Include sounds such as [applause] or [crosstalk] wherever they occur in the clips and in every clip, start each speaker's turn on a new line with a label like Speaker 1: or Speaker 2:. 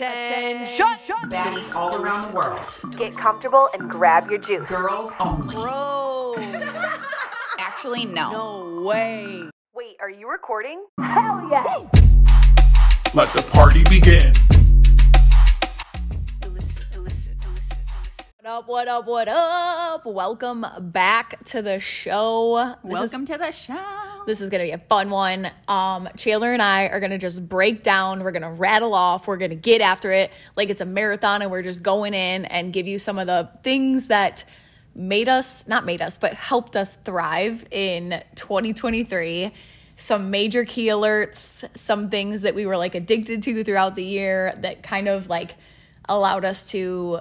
Speaker 1: Attention!
Speaker 2: Baddies all around the world.
Speaker 3: Get comfortable and grab your juice.
Speaker 2: Girls only.
Speaker 1: Bro,
Speaker 4: Actually, no.
Speaker 1: no way.
Speaker 3: Wait, are you recording?
Speaker 5: Let the party begin.
Speaker 1: What up, what up, what up? Welcome back to the show. This is-
Speaker 4: Welcome to the show.
Speaker 1: this is gonna be a fun one. Um, Chandler and I are gonna just break down. We're gonna rattle off. We're gonna get after it like it's a marathon, and we're just going in and give you some of the things that made us not made us, but helped us thrive in 2023. Some major key alerts, some things that we were like addicted to throughout the year that kind of like allowed us to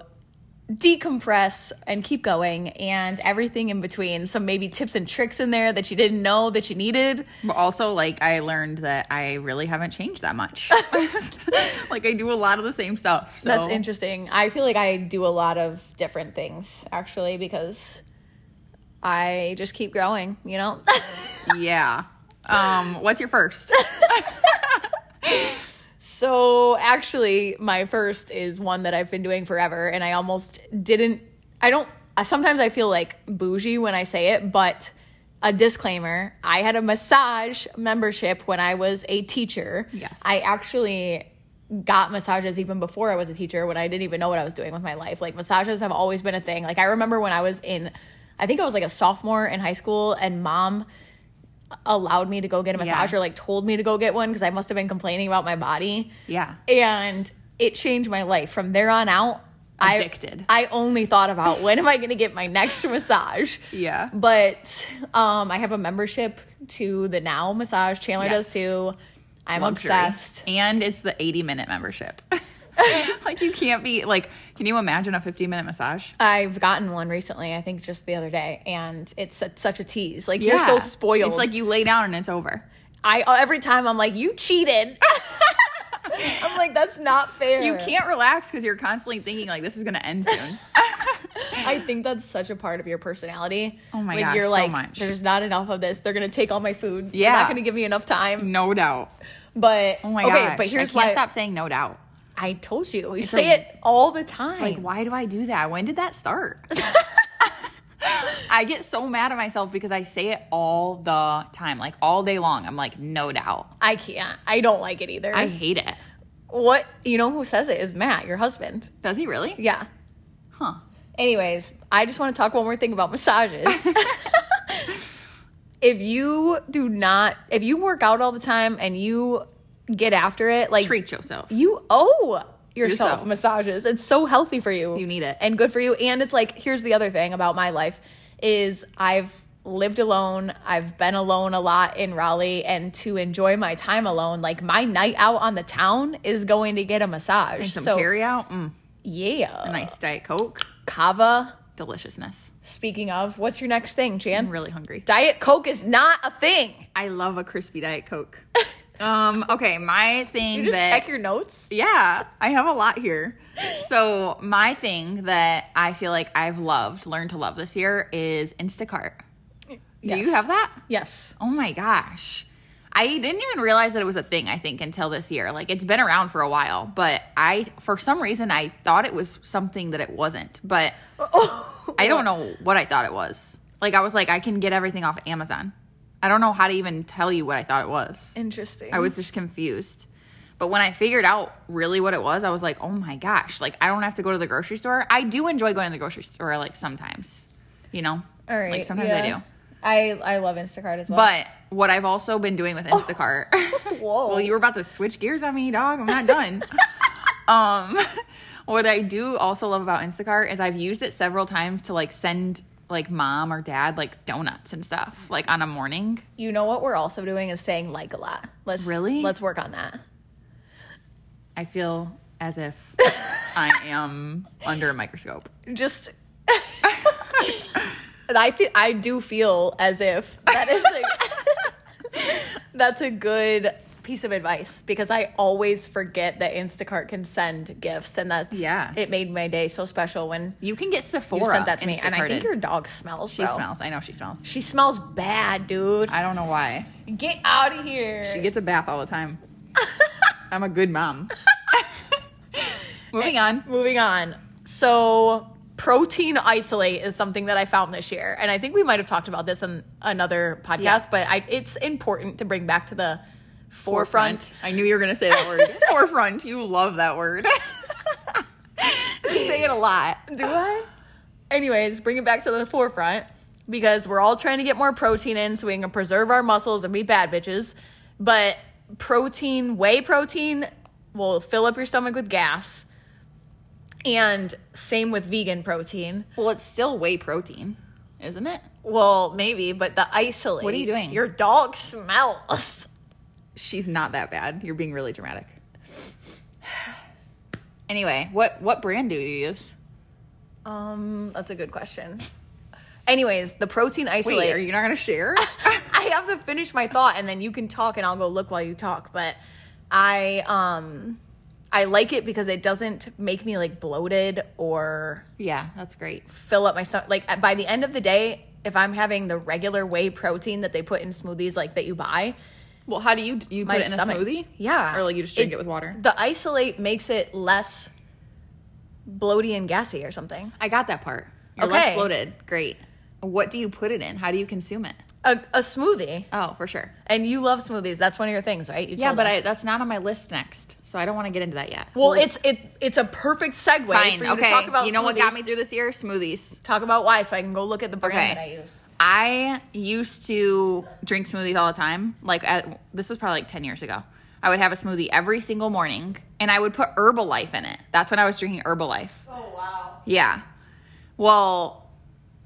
Speaker 1: decompress and keep going and everything in between some maybe tips and tricks in there that you didn't know that you needed
Speaker 4: But also, like, I learned that I really haven't changed
Speaker 1: [laughs]
Speaker 4: that much. like, I do a lot of the same stuff. So.
Speaker 1: That's interesting. I feel like I do a lot of different things actually because I just keep growing, you know? [laughs]
Speaker 4: Yeah. Um, what's your first?
Speaker 1: so, actually, my first is one that I've been doing forever and I almost didn't. I don't. I- Sometimes I feel like bougie when I say it, but a disclaimer I had a massage membership when I was a teacher.
Speaker 4: Yes.
Speaker 1: I actually got massages even before I was a teacher when I didn't even know what I was doing with my life. Like massages have always been a thing. Like I remember when I was in I think I was like a sophomore in high school and mom allowed me to go get a massage
Speaker 4: Yeah.
Speaker 1: or like told me to go get one cuz I must have been complaining about my body.
Speaker 4: Yeah.
Speaker 1: And it changed my life from there on out. I-
Speaker 4: Addicted.
Speaker 1: I only thought about when am I going to get my next massage?
Speaker 4: Yeah.
Speaker 1: But um I have a membership to the Now massage. Chandler
Speaker 4: Yes.
Speaker 1: does too. I'm
Speaker 4: Luxury.
Speaker 1: obsessed.
Speaker 4: And it's the 80 minute
Speaker 1: [laughs]
Speaker 4: membership. like, you can't be, like, can you imagine a 50 minute massage?
Speaker 1: I've gotten one recently, I think just the other day, and it's su- such a tease. Like you're so spoiled.
Speaker 4: It's like you lay down and it's over.
Speaker 1: I every time I'm like, you cheated. [laughs] I'm like, that's not fair.
Speaker 4: You can't relax because you're constantly thinking, like, this is going to end soon.
Speaker 1: I think that's such a part of your personality.
Speaker 4: Oh my
Speaker 1: like,
Speaker 4: gosh,
Speaker 1: You're
Speaker 4: so
Speaker 1: like,
Speaker 4: much.
Speaker 1: there's not enough of this. They're gonna take all my food. They're
Speaker 4: Yeah.
Speaker 1: not gonna give me enough time.
Speaker 4: no doubt.
Speaker 1: But
Speaker 4: Oh my
Speaker 1: okay,
Speaker 4: gosh.
Speaker 1: but here's
Speaker 4: I can't
Speaker 1: why
Speaker 4: stop saying no doubt.
Speaker 1: I told you. You say
Speaker 4: a-
Speaker 1: it all the time.
Speaker 4: Like, why do I do that? When did that [laughs] start? I get so mad at myself because I say it all the time, like all day long. I'm like, no doubt.
Speaker 1: I can't. I don't like it either.
Speaker 4: I hate it.
Speaker 1: what you know who says it is Matt, your husband.
Speaker 4: Does he really?
Speaker 1: Yeah.
Speaker 4: Huh.
Speaker 1: Anyways, I just want to talk one more thing about massages. [laughs] if you do not, if you work out all the time and you get after it, like
Speaker 4: Treat yourself.
Speaker 1: you owe yourself,
Speaker 4: Yourself.
Speaker 1: massages. It's so healthy for you.
Speaker 4: You need it.
Speaker 1: And good for you. And it's like, here's the other thing about my life is I've lived alone. I've been alone a lot in Raleigh and to enjoy my time alone, like my night out on the town is going to get a massage.
Speaker 4: Some
Speaker 1: so
Speaker 4: carry out. Mm,
Speaker 1: yeah.
Speaker 4: a nice diet coke.
Speaker 1: Kava.
Speaker 4: Deliciousness.
Speaker 1: Speaking of, what's your next thing, Chan?
Speaker 4: I'm really hungry.
Speaker 1: Diet Coke is not a thing.
Speaker 4: I love a crispy diet [laughs] coke. um. Okay. My thing.
Speaker 1: You just
Speaker 4: that-
Speaker 1: check your notes.
Speaker 4: Yeah, I have a lot here. So, my thing that I feel like I've loved, learned to love this year is Instacart. Do you
Speaker 1: Yes.
Speaker 4: have that?
Speaker 1: Yes.
Speaker 4: Oh my gosh. I didn't even realize that it was a thing, I think, until this year. Like, it's been around for a while, but I, for some reason, I thought it was something that it wasn't.
Speaker 1: [laughs]
Speaker 4: But I don't know what I thought it was. Like, I was like, I can get everything off Amazon. I don't know how to even tell you what I thought it was.
Speaker 1: Interesting.
Speaker 4: I was just confused. But when I figured out really what it was, I was like, oh my gosh, like I don't have to go to the grocery store. I do enjoy going to the grocery store, like sometimes, you know?
Speaker 1: all right.
Speaker 4: Like sometimes I do.
Speaker 1: I do. I I love Instacart as well.
Speaker 4: But what I've also been doing with Instacart.
Speaker 1: Oh. Whoa.
Speaker 4: [laughs] well, you were about to switch gears on me, dog. I'm not
Speaker 1: [laughs]
Speaker 4: done. um, [laughs] what I do also love about Instacart is I've used it several times to like send like mom or dad like donuts and stuff like on a morning.
Speaker 1: you know what we're also doing is saying like a lot. Let's
Speaker 4: Really?
Speaker 1: let's work on that.
Speaker 4: I feel as if
Speaker 1: [laughs]
Speaker 4: I am under a microscope. [laughs]
Speaker 1: Just And [laughs] I think I do feel as if that is a, [laughs] that's a good piece of advice because I always forget that Instacart can send gifts and that's
Speaker 4: Yeah.
Speaker 1: it made my day so special when
Speaker 4: You can get Sephora.
Speaker 1: you sent that to me. And I
Speaker 4: Instacarted.
Speaker 1: think your dog smells.
Speaker 4: she
Speaker 1: bro.
Speaker 4: smells. I know she smells.
Speaker 1: She smells bad, dude.
Speaker 4: I don't know why.
Speaker 1: Get out of here. [laughs]
Speaker 4: She gets a bath all the time. I'm a good mom. [laughs] Moving on.
Speaker 1: Moving on. So, protein isolate is something that I found this year, and I think we might have talked about this in another podcast,
Speaker 4: Yeah.
Speaker 1: but I, it's important to bring back to the forefront.
Speaker 4: Forefront. I knew you were going to say that [laughs] word. Forefront. You love that word. you say it a lot.
Speaker 1: Do I? Anyways, bring it back to the forefront because we're all trying to get more protein in so we can preserve our muscles and be bad bitches. But protein, whey protein, will fill up your stomach with gas. And same with vegan protein.
Speaker 4: [laughs] Well, it's still whey protein, isn't it?
Speaker 1: Well, maybe, but the isolate.
Speaker 4: What are you doing?
Speaker 1: Your dog smells.
Speaker 4: She's not that bad. You're being really dramatic. [sighs] Anyway, what what brand do you use?
Speaker 1: Um, that's a good question. Anyways, the protein
Speaker 4: Wait,
Speaker 1: isolate.
Speaker 4: are you not going to [laughs] share?
Speaker 1: [laughs] I have to finish my thought and then you can talk and I'll go look while you talk. But I um I like it because it doesn't make me like bloated or
Speaker 4: yeah, that's great.
Speaker 1: fill up my stomach. Like by the end of the day, if I'm having the regular whey protein that they put in smoothies like that you buy,
Speaker 4: Well, how do you you
Speaker 1: my
Speaker 4: put it
Speaker 1: stomach.
Speaker 4: in a smoothie?
Speaker 1: Yeah.
Speaker 4: or like you just drink it, with water.
Speaker 1: The isolate makes it less bloaty and gassy or something.
Speaker 4: I got that part. You're less
Speaker 1: Okay.
Speaker 4: bloated. Great. What do you put it in? How do you consume it?
Speaker 1: A, a smoothie.
Speaker 4: Oh, for sure.
Speaker 1: And you love smoothies. That's one of your things, right? You
Speaker 4: Yeah,
Speaker 1: told
Speaker 4: but I,
Speaker 1: us.
Speaker 4: that's not on my list next, so I don't want to get into that yet.
Speaker 1: well, it's it it's a perfect segue
Speaker 4: fine.
Speaker 1: for you
Speaker 4: Okay,
Speaker 1: to talk about.
Speaker 4: you know what got
Speaker 1: smoothies.
Speaker 4: me through this year? Smoothies.
Speaker 1: talk about why so I can go look at the brand
Speaker 4: Okay.
Speaker 1: that I use.
Speaker 4: I used to drink smoothies all the time. Like at, this was probably like ten years ago. I would have a smoothie every single morning, and I would put Herbalife in it. That's when I was drinking Herbalife.
Speaker 1: Oh wow.
Speaker 4: Yeah. Well,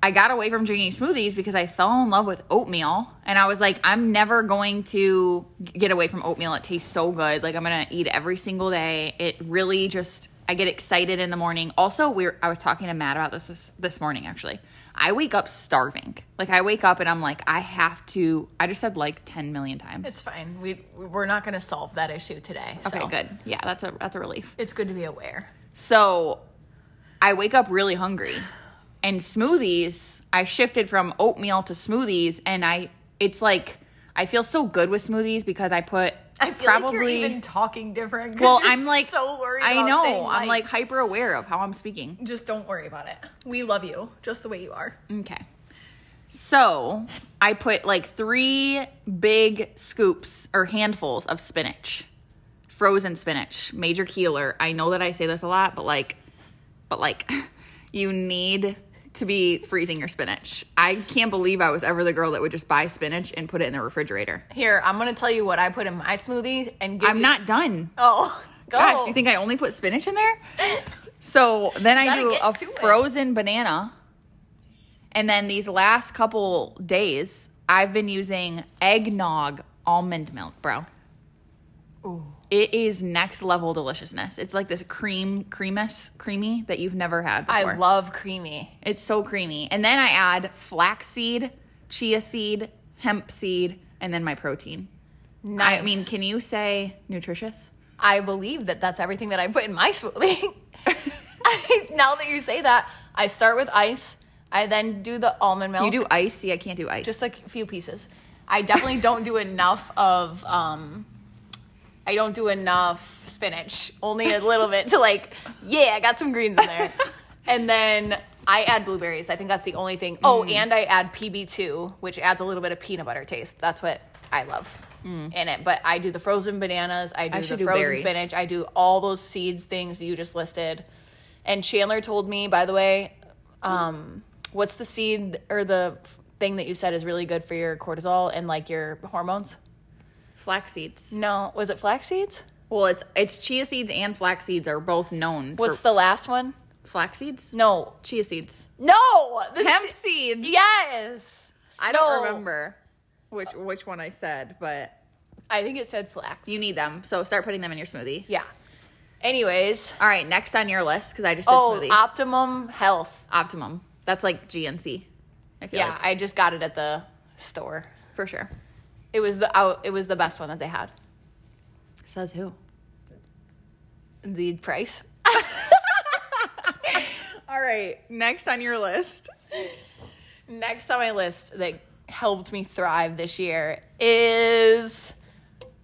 Speaker 4: I got away from drinking smoothies because I fell in love with oatmeal. And I was like, I'm never going to get away from oatmeal. It tastes so good. Like, I'm going to eat it every single day. It really just, I get excited in the morning. Also, we are I was talking to Matt about this, this this morning, actually. I wake up starving. Like, I wake up and I'm like, I have to, I just said like 10 million times.
Speaker 1: It's fine. We we're not going to solve that issue today. So
Speaker 4: okay, good. Yeah, that's a, that's a relief.
Speaker 1: It's good to be aware.
Speaker 4: So I wake up really hungry. And smoothies, I shifted from oatmeal to smoothies and I it's like I feel so good with smoothies because I put
Speaker 1: I feel
Speaker 4: probably
Speaker 1: like you're even talking different. 'cause
Speaker 4: well,
Speaker 1: you're
Speaker 4: I'm like
Speaker 1: so worried.
Speaker 4: I
Speaker 1: about
Speaker 4: know.
Speaker 1: saying,
Speaker 4: I'm like hyper aware of how I'm speaking.
Speaker 1: just don't worry about it. We love you just the way you are.
Speaker 4: Okay. So I put like three big scoops or handfuls of spinach, frozen spinach, major keeler. I know that I say this a lot, but like, but like, [laughs] you need to be freezing your spinach. I can't believe I was ever the girl that would just buy spinach and put it in the refrigerator.
Speaker 1: Here, I'm going to tell you what I put in my smoothie and give
Speaker 4: I'm
Speaker 1: you-
Speaker 4: not done.
Speaker 1: [laughs] Oh, go.
Speaker 4: Gosh, you think I only put spinach in there? So then I
Speaker 1: Gotta
Speaker 4: do
Speaker 1: get
Speaker 4: a
Speaker 1: to it.
Speaker 4: frozen banana. And then these last couple days, I've been using eggnog almond milk, bro. It is next level deliciousness. It's like this cream, creamus, creamy that you've never had before.
Speaker 1: I love creamy.
Speaker 4: It's so creamy. And then I add flaxseed, chia seed, hemp seed, and then my protein.
Speaker 1: Nice.
Speaker 4: I mean, can you say nutritious?
Speaker 1: I believe that that's everything that I put in my smoothie. [laughs] I, now that you say that, I start with ice. I then do the almond milk.
Speaker 4: You do ice? See, I can't do ice.
Speaker 1: just like a few pieces. I definitely don't do enough of. Um, I don't do enough spinach. Only a little bit to like. Yeah, I got some greens in there, and then I add blueberries. I think that's the only thing. Oh, and I add PB two, which adds a little bit of peanut butter taste. That's what I love in it. But I do the frozen bananas. Mm. I do the
Speaker 4: should do
Speaker 1: frozen
Speaker 4: berries.
Speaker 1: spinach. I do all those seeds things that you just listed. And Chandler told me, by the way, um, what's the seed or the f- thing that you said is really good for your cortisol and like your hormones?
Speaker 4: flax seeds.
Speaker 1: No, was it flax seeds?
Speaker 4: Well, it's it's chia seeds and flax seeds are both known.
Speaker 1: What's
Speaker 4: for
Speaker 1: the last one?
Speaker 4: flax seeds?
Speaker 1: No,
Speaker 4: chia seeds.
Speaker 1: no, the
Speaker 4: Hemp
Speaker 1: se-
Speaker 4: seeds.
Speaker 1: Yes,
Speaker 4: I
Speaker 1: No.
Speaker 4: don't remember which which one I said, but
Speaker 1: I think it said flax.
Speaker 4: you need them, so start putting them in your smoothie.
Speaker 1: yeah. Anyways,
Speaker 4: All right, next on your list because I just did
Speaker 1: oh,
Speaker 4: smoothies.
Speaker 1: optimum health.
Speaker 4: Optimum. That's like GNC. I feel
Speaker 1: Yeah,
Speaker 4: like,
Speaker 1: I just got it at the store.
Speaker 4: for sure.
Speaker 1: It was the I, it was the best one that they had.
Speaker 4: Says who?
Speaker 6: [laughs]
Speaker 1: The price. [laughs]
Speaker 4: All right, next on your list.
Speaker 1: Next on my list that helped me thrive this year is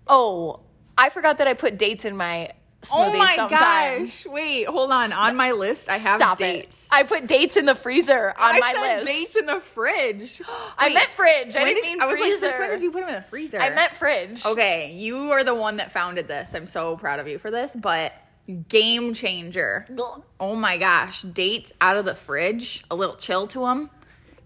Speaker 1: oh, I forgot that I put dates in my smoothie
Speaker 6: oh my
Speaker 1: sometimes.
Speaker 6: gosh! Wait, hold on. On my list, I have
Speaker 1: Stop
Speaker 6: dates.
Speaker 1: it. I put dates in the freezer on
Speaker 6: I
Speaker 1: my
Speaker 6: said
Speaker 1: list.
Speaker 6: dates in the
Speaker 4: [gasps]
Speaker 6: fridge.
Speaker 1: I meant fridge. I
Speaker 4: When
Speaker 1: didn't
Speaker 4: did-
Speaker 1: mean
Speaker 4: I was like,
Speaker 1: freezer.
Speaker 4: since when did you put them in the freezer?
Speaker 1: I meant fridge.
Speaker 4: Okay, you are the one that founded this. I'm so proud of you for this, but game changer.
Speaker 1: Ugh.
Speaker 4: Oh my gosh, dates out of the fridge, a little chill to them,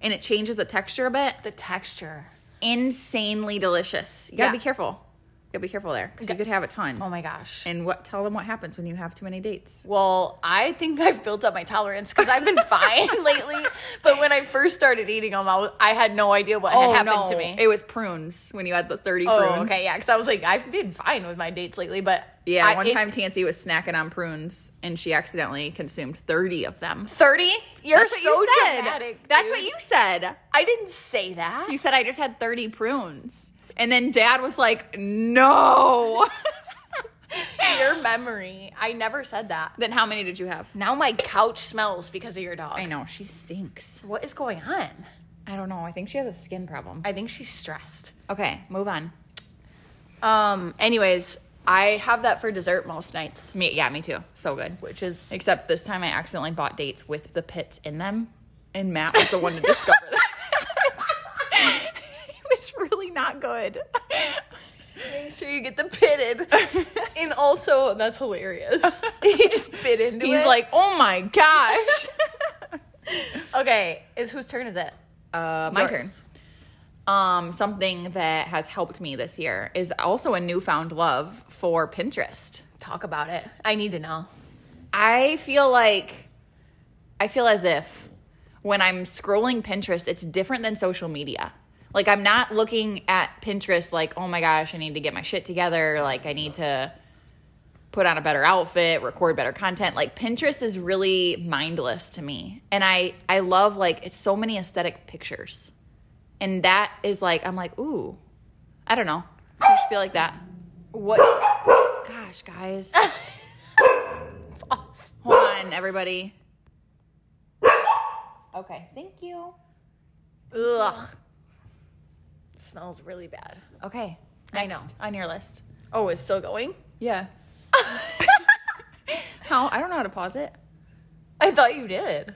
Speaker 4: and it changes the texture a bit.
Speaker 1: The texture.
Speaker 4: Insanely delicious. You gotta
Speaker 1: Yeah.
Speaker 4: be careful. You gotta be careful there because you could have a ton.
Speaker 1: Oh my gosh.
Speaker 4: And what? Tell them what happens when you have too many dates.
Speaker 1: Well, I think I've built up my tolerance because I've been
Speaker 4: [laughs]
Speaker 1: fine lately. But when I first started eating them, I, was, I had no idea what had happened to me.
Speaker 4: Oh, It was prunes when you had the 30 prunes.
Speaker 1: oh, okay, yeah. Because I was like, I've been fine with my dates lately, but
Speaker 4: Yeah,
Speaker 1: I-
Speaker 4: one
Speaker 1: it-
Speaker 4: time Tansy was snacking on prunes and she accidentally consumed 30 of them.
Speaker 1: thirty. You're
Speaker 4: That's what
Speaker 1: so
Speaker 4: you said.
Speaker 1: dramatic.
Speaker 4: That's
Speaker 1: dude.
Speaker 4: what you said.
Speaker 1: I didn't say that.
Speaker 4: You said I just had 30 prunes. And then dad was like, no. [laughs]
Speaker 1: your memory. I never said that.
Speaker 4: then how many did you have?
Speaker 1: Now my couch smells because of your dog.
Speaker 4: I know, she stinks.
Speaker 1: What is going on?
Speaker 4: I don't know. I think she has a skin problem.
Speaker 1: I think she's stressed.
Speaker 4: Okay, move on.
Speaker 1: Um. Anyways, I have that for dessert most nights,
Speaker 4: Me, yeah, me too. So good.
Speaker 1: which is
Speaker 4: Except this time I accidentally bought dates with the pits in them. And Matt was the one to discover that. [laughs] it was really not good. [laughs]
Speaker 1: make sure you get the pitted. and also, that's hilarious. he just bit into it.
Speaker 6: He's like, oh my gosh.
Speaker 1: okay, is whose turn is it?
Speaker 4: Uh, my turn.
Speaker 1: Yours.
Speaker 4: Um, something that has helped me this year is also a newfound love for Pinterest.
Speaker 1: Talk about it. I need to know.
Speaker 4: I feel like I feel as if when I'm scrolling Pinterest, it's different than social media. Like I'm not looking at Pinterest like, oh my gosh, I need to get my shit together, like I need to put on a better outfit, record better content. Like Pinterest is really mindless to me. And I I love like it's so many aesthetic pictures. And that is like I'm like, ooh. I don't know. I just feel like that.
Speaker 1: What?
Speaker 4: Gosh, guys. Hold on, everybody. Okay, thank you.
Speaker 1: Ugh. Smells really bad.
Speaker 4: Okay,
Speaker 1: I know.
Speaker 4: on your list.
Speaker 1: Oh, it's still going?
Speaker 4: [laughs] Yeah. how? I don't know how to pause it.
Speaker 1: I thought you did.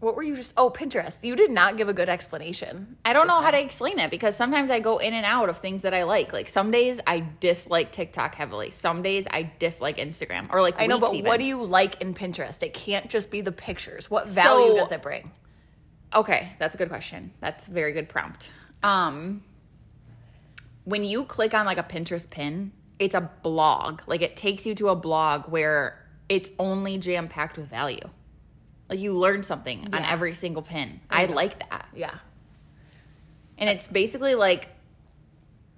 Speaker 1: What were you just? Oh, Pinterest. You did not give a good explanation.
Speaker 4: I don't know how to explain it because sometimes I go in and out of things that I like. Like some days I dislike TikTok heavily. Some days I dislike Instagram or like
Speaker 1: I know,
Speaker 4: weeks
Speaker 1: but
Speaker 4: even.
Speaker 1: what do you like in Pinterest? It can't just be the pictures. What value
Speaker 4: So-
Speaker 1: does it bring?
Speaker 4: Okay, that's a good question. That's a very good prompt. Um when you click on like a Pinterest pin, it's a blog. Like it takes you to a blog where it's only jam packed with value. Like you learn something on every single pin. I, like that.
Speaker 1: Yeah.
Speaker 4: And it's basically like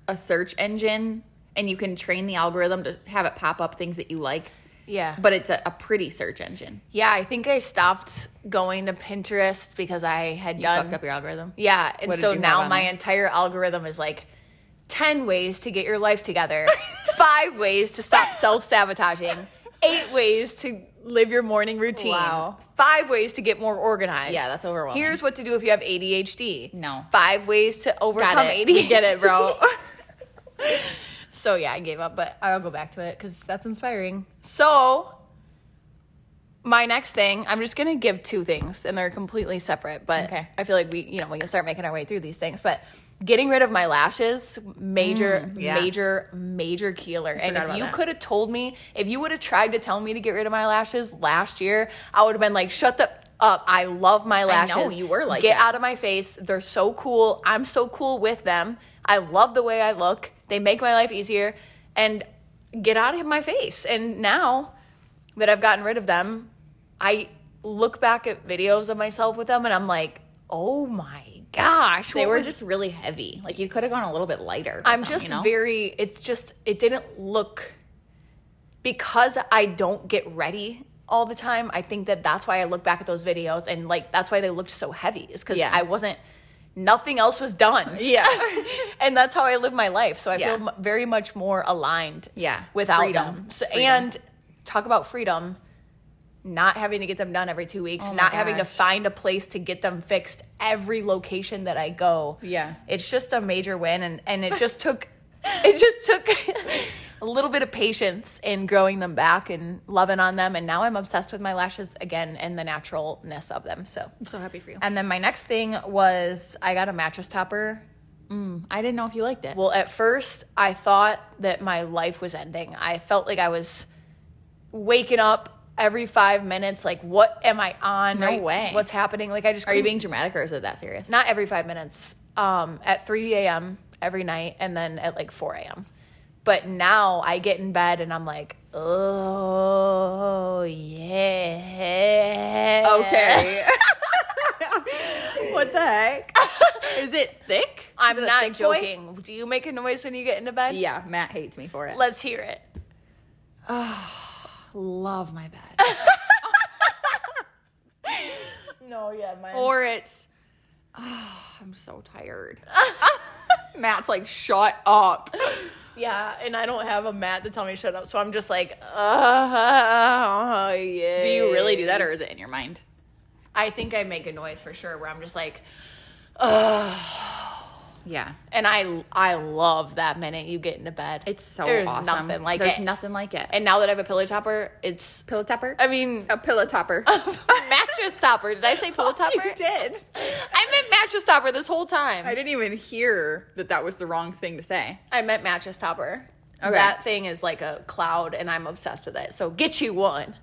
Speaker 4: a search engine and you can train the algorithm to have it pop up things that you like,
Speaker 1: Yeah.
Speaker 4: but it's a, a pretty search engine.
Speaker 1: Yeah, I think I stopped going to Pinterest because I had
Speaker 4: You
Speaker 1: done.
Speaker 4: fucked up your algorithm.
Speaker 1: yeah, and
Speaker 4: What did
Speaker 1: so
Speaker 4: you have
Speaker 1: now
Speaker 4: on
Speaker 1: my
Speaker 4: it?
Speaker 1: entire algorithm is like 10 ways to get your life together, [laughs] five ways to stop self sabotaging, eight ways to live your morning routine,
Speaker 4: Wow.
Speaker 1: five ways to get more organized.
Speaker 4: Yeah, that's overwhelming.
Speaker 1: Here's what to do if you have ADHD.
Speaker 4: No.
Speaker 1: Five ways to overcome
Speaker 4: Got it.
Speaker 1: ADHD.
Speaker 4: You get
Speaker 1: [laughs]
Speaker 4: it, bro.
Speaker 1: So yeah, I gave up, but I'll go back to it because that's inspiring. So my next thing, I'm just gonna give two things, and they're completely separate. But
Speaker 4: Okay.
Speaker 1: I feel like we, you know, we can start making our way through these things. But getting rid of my lashes, major,
Speaker 4: Mm, yeah.
Speaker 1: major, major killer. And
Speaker 4: forgot
Speaker 1: if
Speaker 4: about
Speaker 1: you
Speaker 4: that.
Speaker 1: could have told me, if you would have tried to tell me to get rid of my lashes last year, I would have been like, shut the up. I love my lashes.
Speaker 4: you were like
Speaker 1: get
Speaker 4: that.
Speaker 1: out of my face. They're so cool. I'm so cool with them. I love the way I look. They make my life easier. And get out of my face. And now that I've gotten rid of them, I look back at videos of myself with them and I'm like, oh my gosh.
Speaker 4: They
Speaker 1: what
Speaker 4: were
Speaker 1: was-
Speaker 4: just really heavy. Like you could have gone a little bit lighter. with
Speaker 1: I'm
Speaker 4: them,
Speaker 1: just
Speaker 4: you know?
Speaker 1: very, it's just, it didn't look, because I don't get ready all the time, I think that that's why I look back at those videos and like, that's why they looked so heavy is because
Speaker 4: Yeah.
Speaker 1: I wasn't, nothing else was done.
Speaker 4: [laughs] Yeah.
Speaker 1: and that's how I live my life. So I
Speaker 4: Yeah.
Speaker 1: feel m- very much more aligned
Speaker 4: Yeah.
Speaker 1: without
Speaker 4: Freedom.
Speaker 1: them. So,
Speaker 4: Freedom.
Speaker 1: And talk about freedom. Not having to get them done every two weeks,
Speaker 4: Oh my
Speaker 1: not having to
Speaker 4: gosh.
Speaker 1: find a place to get them fixed every location that I go
Speaker 4: Yeah.
Speaker 1: [laughs] it's just a major win and and it just took [laughs] it just took a little bit of patience in growing them back and loving on them. And now I'm obsessed with my lashes again and the naturalness of them. So,
Speaker 4: I'm so happy for you.
Speaker 1: and then my next thing was I got a mattress topper
Speaker 4: I didn't know if you liked it.
Speaker 1: well, at first, I thought that my life was ending. I felt like I was waking up every five minutes. Like, what am I on?
Speaker 4: No
Speaker 1: right?
Speaker 4: way.
Speaker 1: What's happening? Like, I just
Speaker 4: Are you
Speaker 1: couldn't-
Speaker 4: being dramatic or is it that serious?
Speaker 1: not every five minutes um, at 3 a.m. every night, and then at like 4 a.m. But now I get in bed and I'm like, oh yeah.
Speaker 4: [laughs]
Speaker 6: Okay. what the [laughs] heck?
Speaker 4: Is it thick?
Speaker 1: I'm
Speaker 4: Is it a
Speaker 1: not
Speaker 4: thick boy? [laughs]
Speaker 1: joking. Do you make a noise when you get into bed?
Speaker 6: Yeah, Matt hates me for it.
Speaker 1: Let's hear it.
Speaker 4: Love my
Speaker 6: [laughs]
Speaker 4: bed.
Speaker 1: No, yeah, mine.
Speaker 6: or
Speaker 4: [sighs]
Speaker 6: it's, oh, I'm so tired. [laughs] Matt's like, shut up.
Speaker 1: Yeah, and I don't have a mat to tell me to shut up, so I'm just like, uh, yeah.
Speaker 4: do you really do that or is it in your mind?
Speaker 1: I think I make a noise for sure where I'm just like,
Speaker 4: Yeah.
Speaker 1: and I I love that minute you get into bed.
Speaker 4: It's so
Speaker 1: There's
Speaker 4: awesome.
Speaker 1: nothing like
Speaker 4: There's
Speaker 1: it.
Speaker 4: nothing like it.
Speaker 1: And now that I have a pillow topper, it's
Speaker 4: pillow topper?
Speaker 1: I mean
Speaker 6: A pillow
Speaker 4: [laughs]
Speaker 6: topper.
Speaker 1: mattress topper. Did I say pillow
Speaker 4: Oh,
Speaker 1: topper?
Speaker 6: You did.
Speaker 1: [laughs] I meant mattress topper this whole time.
Speaker 6: I
Speaker 1: I,
Speaker 6: didn't even hear.
Speaker 4: that that was the wrong thing to say.
Speaker 1: meant mattress topper. That thing is like a cloud, and I'm obsessed with it. So get you one.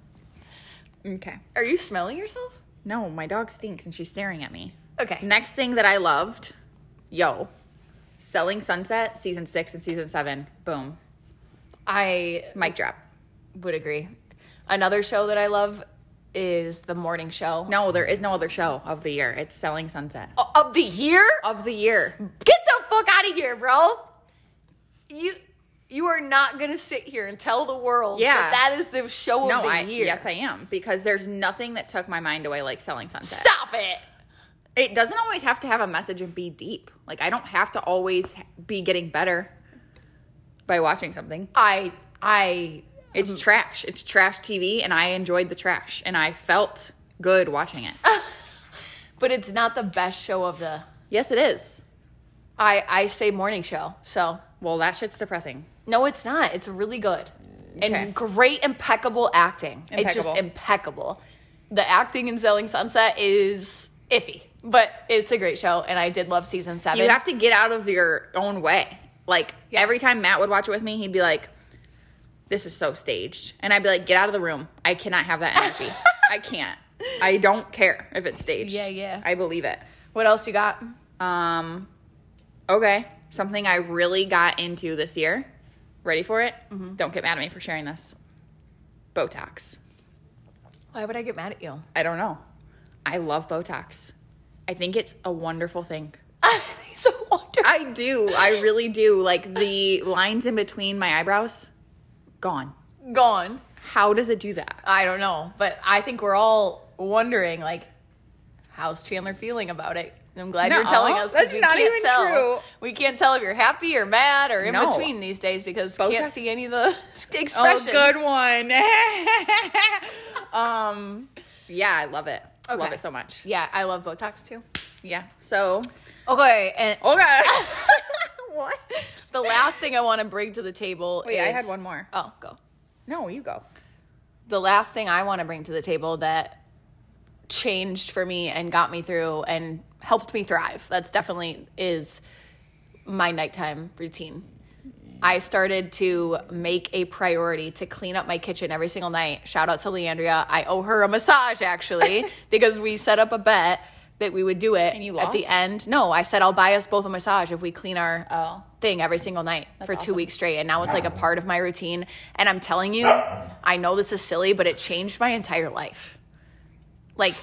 Speaker 6: Okay.
Speaker 1: Are you smelling yourself?
Speaker 4: No, my dog stinks and she's staring at me.
Speaker 1: Okay.
Speaker 4: Next thing that I loved, yo, Selling Sunset season six and season seven. Boom,
Speaker 1: I
Speaker 4: mic drop.
Speaker 1: would agree. Another show that I love is The Morning Show.
Speaker 4: No, there is no other show of the year. It's Selling Sunset
Speaker 1: Of the year?
Speaker 4: of the year.
Speaker 1: Get the fuck out of here, bro. You you are not gonna sit here and tell the world
Speaker 4: Yeah.
Speaker 1: that that is the show of
Speaker 4: No,
Speaker 1: the
Speaker 4: I
Speaker 1: year.
Speaker 4: yes I am because there's nothing that took my mind away like Selling Sunset.
Speaker 1: Stop it.
Speaker 4: It doesn't always have to have a message and be deep. Like I don't have to always be getting better by watching something.
Speaker 1: I I
Speaker 4: It's
Speaker 1: Mm.
Speaker 4: trash. It's trash TV, and I enjoyed the trash, and I felt good
Speaker 1: [laughs]
Speaker 4: watching it.
Speaker 1: but it's not the best show of the
Speaker 4: yes, it is.
Speaker 1: I I say morning show. So
Speaker 4: Well, that shit's depressing.
Speaker 1: no it's not. It's really good.
Speaker 4: Okay.
Speaker 1: And great impeccable acting. It's just
Speaker 4: Impeccable.
Speaker 1: impeccable. The acting in Selling Sunset is iffy. But it's a great show and I did love season seven.
Speaker 4: You have to get out of your own way. Like
Speaker 1: Yeah.
Speaker 4: every time Matt would watch it with me, he'd be like, "This is so staged," and I'd be like, "Get out of the room. I cannot have that energy.
Speaker 1: [laughs]
Speaker 4: I can't. I don't care if it's staged.
Speaker 1: Yeah, yeah.
Speaker 4: I believe it."
Speaker 1: what else you got?
Speaker 4: Um, okay. Something I really got into this year. Ready for it?
Speaker 1: Mm-hmm.
Speaker 4: Don't get mad at me for sharing this. Botox.
Speaker 1: Why would I get mad at you? [laughs]
Speaker 4: I don't know. I love Botox. I think it's a wonderful thing.
Speaker 1: He's a wonder.
Speaker 4: I do. I really do. Like [laughs] the lines in between my eyebrows, gone.
Speaker 1: Gone.
Speaker 4: How does it do that?
Speaker 1: I don't know, but I think we're all wondering like, how's Chandler feeling about it? I'm glad you're
Speaker 4: No,
Speaker 1: telling us because
Speaker 4: that's
Speaker 1: we
Speaker 4: not
Speaker 1: can't
Speaker 4: even
Speaker 1: tell.
Speaker 4: true.
Speaker 1: We can't tell if you're happy or mad or in
Speaker 4: No.
Speaker 1: between these days because
Speaker 4: Botox-
Speaker 1: can't see any of the [laughs]
Speaker 4: Oh,
Speaker 1: expressions.
Speaker 4: one. [laughs] um, yeah, I love it. I Love
Speaker 1: Okay.
Speaker 4: it so much.
Speaker 1: Yeah, I love Botox too.
Speaker 4: Yeah. So
Speaker 1: Okay, and
Speaker 4: okay.
Speaker 1: what? The last thing I want to bring to the table.
Speaker 4: [laughs] Wait, I
Speaker 1: is-
Speaker 4: had one more.
Speaker 1: Oh, go.
Speaker 4: No, you go.
Speaker 1: the last thing I want to bring to the table that changed for me and got me through and helped me thrive. That's definitely is my nighttime routine. I started to make a priority to clean up my kitchen every single night. Shout out to Leandria. I owe her a massage
Speaker 4: [laughs]
Speaker 1: actually because we set up a bet that we would do it
Speaker 4: And you
Speaker 1: at the
Speaker 4: lost?
Speaker 1: end. No, I said I'll buy us both a massage if we clean our
Speaker 4: Oh.
Speaker 1: thing every single night for two
Speaker 4: awesome.
Speaker 1: weeks straight. And now it's like a part of my routine. And I'm telling you, I know this is silly, but it changed my entire life. Like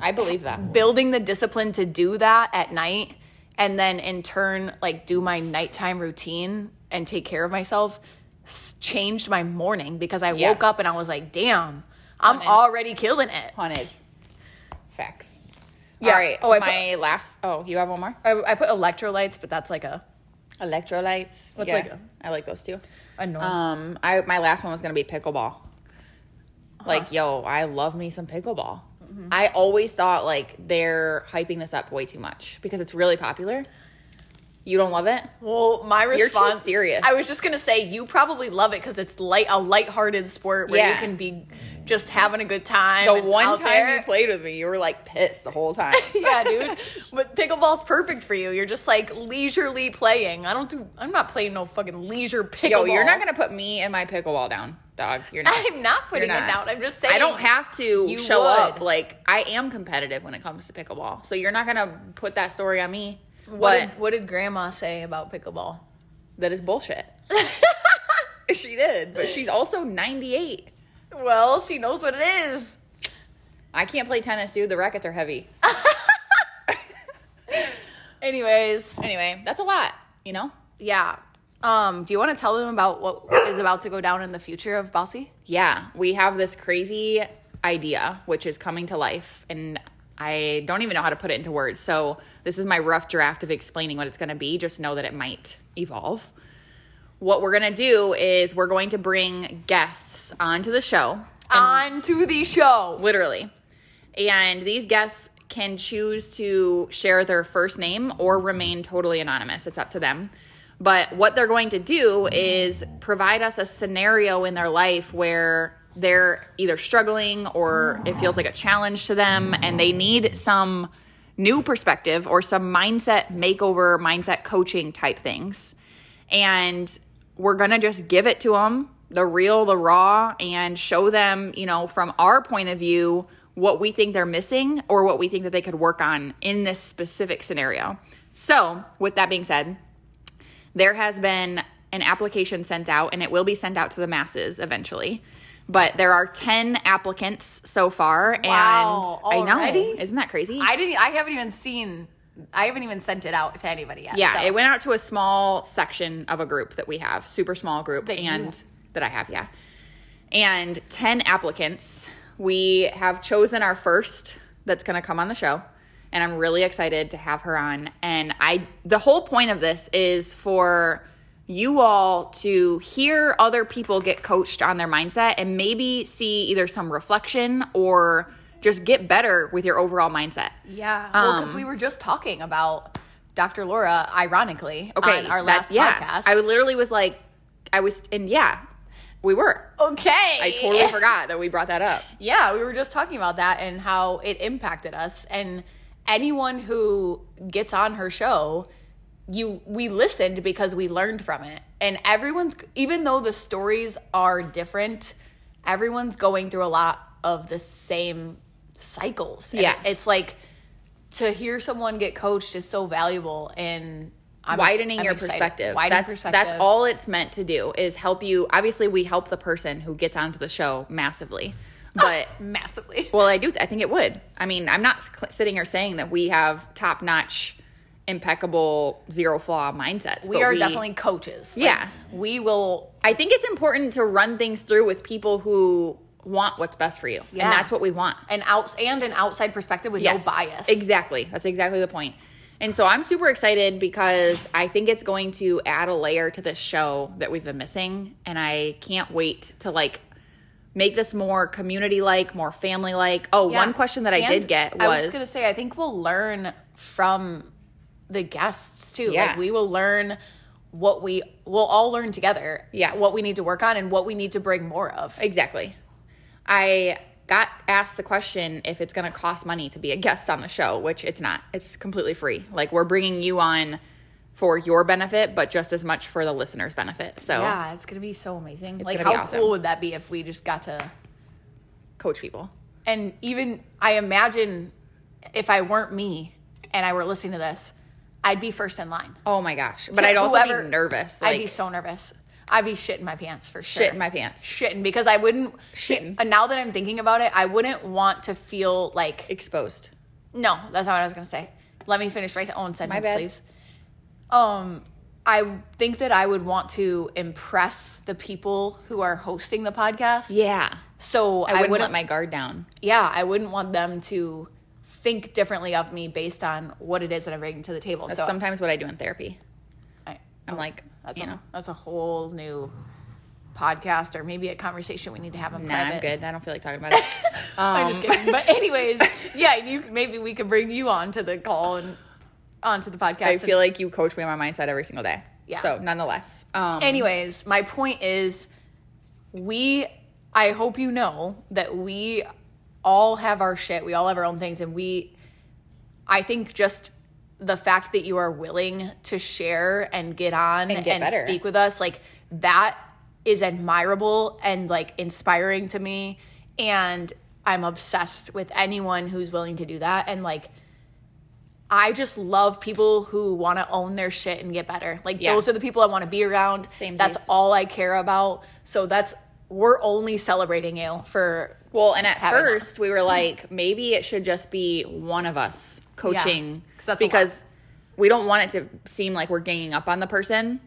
Speaker 4: I believe that.
Speaker 1: building the discipline to do that at night and then in turn, like do my nighttime routine and take care of myself s- changed my morning because I
Speaker 4: Yeah.
Speaker 1: woke up and I was like, damn, I'm already killing it.
Speaker 4: Haunted. Facts.
Speaker 1: Yeah.
Speaker 4: All right.
Speaker 1: Oh,
Speaker 4: Oh,
Speaker 1: I
Speaker 4: my last. Oh, you have one more.
Speaker 1: I, I put electrolytes, but that's like a,
Speaker 4: Electrolytes.
Speaker 1: What's
Speaker 4: yeah.
Speaker 1: like a-
Speaker 4: I like those too.
Speaker 1: a norm.
Speaker 4: Um, I my last one was gonna be pickleball.
Speaker 1: Uh-huh.
Speaker 4: Like, yo, I love me some pickleball.
Speaker 1: Mm-hmm.
Speaker 4: I always thought like they're hyping this up way too much because it's really popular. You don't love it?
Speaker 1: Well, my
Speaker 4: too
Speaker 1: response.
Speaker 4: serious.
Speaker 1: I was just gonna say you probably love it because it's light, a lighthearted sport where you
Speaker 4: Yeah.
Speaker 1: can be just having a good time.
Speaker 4: The
Speaker 1: and
Speaker 4: one
Speaker 1: out
Speaker 4: time
Speaker 1: there.
Speaker 4: you played with me, you were like pissed the whole time.
Speaker 1: [laughs] yeah, dude. But pickleball's perfect for you. You're just like leisurely playing. I don't do. I'm not playing no fucking leisure pickleball.
Speaker 4: [laughs] Yo, you're not gonna put me and my pickleball down, dog. You're not.
Speaker 1: [laughs] I'm not putting
Speaker 4: You're
Speaker 1: it out. I'm just saying.
Speaker 4: I don't have to
Speaker 1: you
Speaker 4: show up.
Speaker 1: would.
Speaker 4: Like I am competitive when it comes to pickleball, so you're not gonna put that story on me.
Speaker 1: What
Speaker 4: What?
Speaker 1: did, what did Grandma say about pickleball?
Speaker 4: that is bullshit. [laughs] she did, but she's also 98.
Speaker 1: Well, she knows what it is.
Speaker 4: I can't play tennis, dude. The rackets are heavy.
Speaker 1: Anyways,
Speaker 4: Anyway, that's a lot. You know?
Speaker 1: yeah. Um, do you want to tell them about what is about to go down in the future of Bossy?
Speaker 4: yeah, we have this crazy idea which is coming to life and I don't even know how to put it into words. So, this is my rough draft of explaining what it's going to be. Just know that it might evolve. What we're going to do is we're going to bring guests onto the show
Speaker 1: On to the show.
Speaker 4: literally. And these guests can choose to share their first name or remain totally anonymous. It's up to them. But what they're going to do is provide us a scenario in their life where they're either struggling or it feels like a challenge to them and they need some new perspective or some mindset makeover, mindset coaching type things and we're gonna just give it to them the real the raw and show them you know from our point of view what we think they're missing or what we think that they could work on in this specific scenario so with that being said there has been an application sent out and it will be sent out to the masses eventually but there are 10 applicants so far
Speaker 1: Wow,
Speaker 4: and i
Speaker 1: already?
Speaker 4: know isn't that crazy
Speaker 1: I didn't. I haven't even seen. I haven't even sent it out to anybody yet.
Speaker 4: Yeah,
Speaker 1: so.
Speaker 4: it went out to a small section of a group that we have, super small group,
Speaker 1: That you-
Speaker 4: and that I have, yeah. And 10 applicants. We have chosen our first that's going to come on the show, and I'm really excited to have her on. And I the whole point of this is for you all to hear other people get coached on their mindset and maybe see either some reflection or just get better with your overall mindset.
Speaker 1: Yeah.
Speaker 4: Um,
Speaker 1: Well, because we were just talking about Dr. Laura, ironically, on our last
Speaker 4: that- yeah.
Speaker 1: podcast.
Speaker 4: I literally was like, I was, and yeah, we were.
Speaker 1: okay.
Speaker 4: I totally forgot that we brought that up.
Speaker 1: Yeah, we were just talking about that and how it impacted us. And anyone who gets on her show, you we listened because we learned from it. And everyone's even though the stories are different, everyone's going through a lot of the same cycles. And
Speaker 4: Yeah.
Speaker 1: It's like to hear someone get coached is so valuable and I'm
Speaker 4: Widening
Speaker 1: I'm
Speaker 4: your
Speaker 1: excited.
Speaker 4: perspective.
Speaker 1: Widening
Speaker 4: that's,
Speaker 1: perspective.
Speaker 4: That's all it's meant to do is help you. Obviously, we help the person who gets onto the show
Speaker 1: [laughs]
Speaker 4: massively, but.
Speaker 1: massively. [laughs]
Speaker 4: Well, I do. I think it would. I mean, I'm not cl- sitting here saying that we have top notch, impeccable, zero flaw mindsets.
Speaker 1: We
Speaker 4: but
Speaker 1: are definitely coaches. Like,
Speaker 4: Yeah.
Speaker 1: we will
Speaker 4: I think it's important to run things through with people who want what's best for you,
Speaker 1: Yeah.
Speaker 4: and that's what we want.
Speaker 1: an out and an outside perspective with
Speaker 4: Yes,
Speaker 1: no bias.
Speaker 4: Exactly. That's exactly the point. And so I'm super excited because I think it's going to add a layer to this show that we've been missing. And I can't wait to like make this more community like, more family like. Oh, one
Speaker 1: Yeah.
Speaker 4: question that I
Speaker 1: And
Speaker 4: did get was,
Speaker 1: I was just gonna say I think we'll learn from the guests too.
Speaker 4: Yeah.
Speaker 1: Like we will learn what we we'll all learn together.
Speaker 4: Yeah.
Speaker 1: What we need to work on and what we need to bring more of.
Speaker 4: Exactly. I got asked the question if it's going to cost money to be a guest on the show, which it's not. It's completely free. Like we're bringing you on for your benefit, but just as much for the listener's benefit. So
Speaker 1: Yeah, it's gonna be so amazing. like
Speaker 4: gonna be
Speaker 1: how
Speaker 4: awesome.
Speaker 1: cool would that be if we just got to
Speaker 4: coach people.
Speaker 1: and even I imagine if I weren't me and I were listening to this, I'd be first in line.
Speaker 4: Oh my gosh. But
Speaker 1: To
Speaker 4: I'd also
Speaker 1: whoever-
Speaker 4: be nervous.
Speaker 1: I'd
Speaker 4: Like,
Speaker 1: be so nervous. I'd be shitting my pants for sure.
Speaker 4: shit in my pants.
Speaker 1: shitting because I wouldn't
Speaker 4: Shitting.
Speaker 1: And Now that I'm thinking about it, I wouldn't want to feel like
Speaker 4: Exposed.
Speaker 1: no. That's not what I was gonna say. Let me finish my own sentence,
Speaker 4: bad.
Speaker 1: please. Um, I think that I would want to impress the people who are hosting the podcast.
Speaker 4: Yeah.
Speaker 1: So
Speaker 4: I wouldn't let my guard down.
Speaker 1: yeah, I wouldn't want them to think differently of me based on what it is that I'm bringing to the table.
Speaker 4: That's
Speaker 1: so
Speaker 4: sometimes what I do in therapy.
Speaker 1: I,
Speaker 4: I'm like,
Speaker 1: that's
Speaker 4: you
Speaker 1: a,
Speaker 4: know,
Speaker 1: that's a whole new podcast or maybe a conversation we need to have in
Speaker 4: nah,
Speaker 1: private.
Speaker 4: I'm good. I don't feel
Speaker 1: [laughs]
Speaker 4: like talking about it. Um,
Speaker 1: I'm just kidding. But anyways, yeah, you maybe we could bring you on to the call and onto the podcast.
Speaker 4: [laughs] I
Speaker 1: and-
Speaker 4: feel like you coach me on my mindset every single day.
Speaker 1: Yeah.
Speaker 4: So nonetheless, um,
Speaker 1: Anyways, my point is we I hope you know that we all have our shit. We all have our own things and we I think just the fact that you are willing to share and get on and,
Speaker 4: get better.
Speaker 1: speak with us like that is admirable and like inspiring to me and I'm obsessed with anyone who's willing to do that and like I just love people who want to own their shit and get better. Like
Speaker 4: Yeah.
Speaker 1: those are the people I want to be around.
Speaker 4: Samesies.
Speaker 1: That's all I care about. So that's we're only celebrating you for
Speaker 4: well, and at
Speaker 1: having that.
Speaker 4: first we were like, maybe it should just be one of us coaching
Speaker 1: 'cause that's a lot.
Speaker 4: because we don't want it to seem like we're ganging up on the person.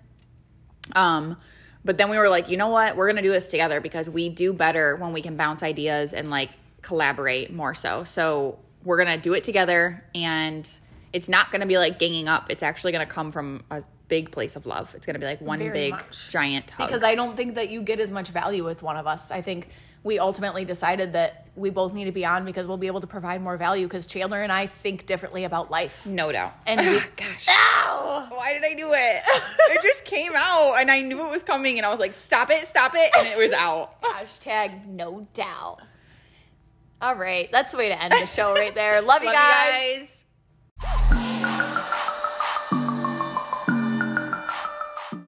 Speaker 4: Um, but then we were like, you know what? We're gonna do this together because we do better when we can bounce ideas and like collaborate more so. So we're gonna do it together, and it's not gonna be like ganging up. It's actually gonna come from a big place of love. It's gonna be like one
Speaker 1: Very
Speaker 4: big
Speaker 1: much.
Speaker 4: giant hug.
Speaker 1: because I don't think that you get as much value with one of us. I think we ultimately decided that we both need to be on because we'll be able to provide more value because Chandler and I think differently about life.
Speaker 4: no doubt.
Speaker 1: [laughs] And we,
Speaker 4: Why did I do it? [laughs] it just came out, and I knew it was coming, and I was like, "Stop it! Stop it!" And it was out.
Speaker 1: hashtag no doubt. All right, that's the way to end the show right there. Love you
Speaker 4: [laughs] Love
Speaker 1: guys.
Speaker 4: you guys.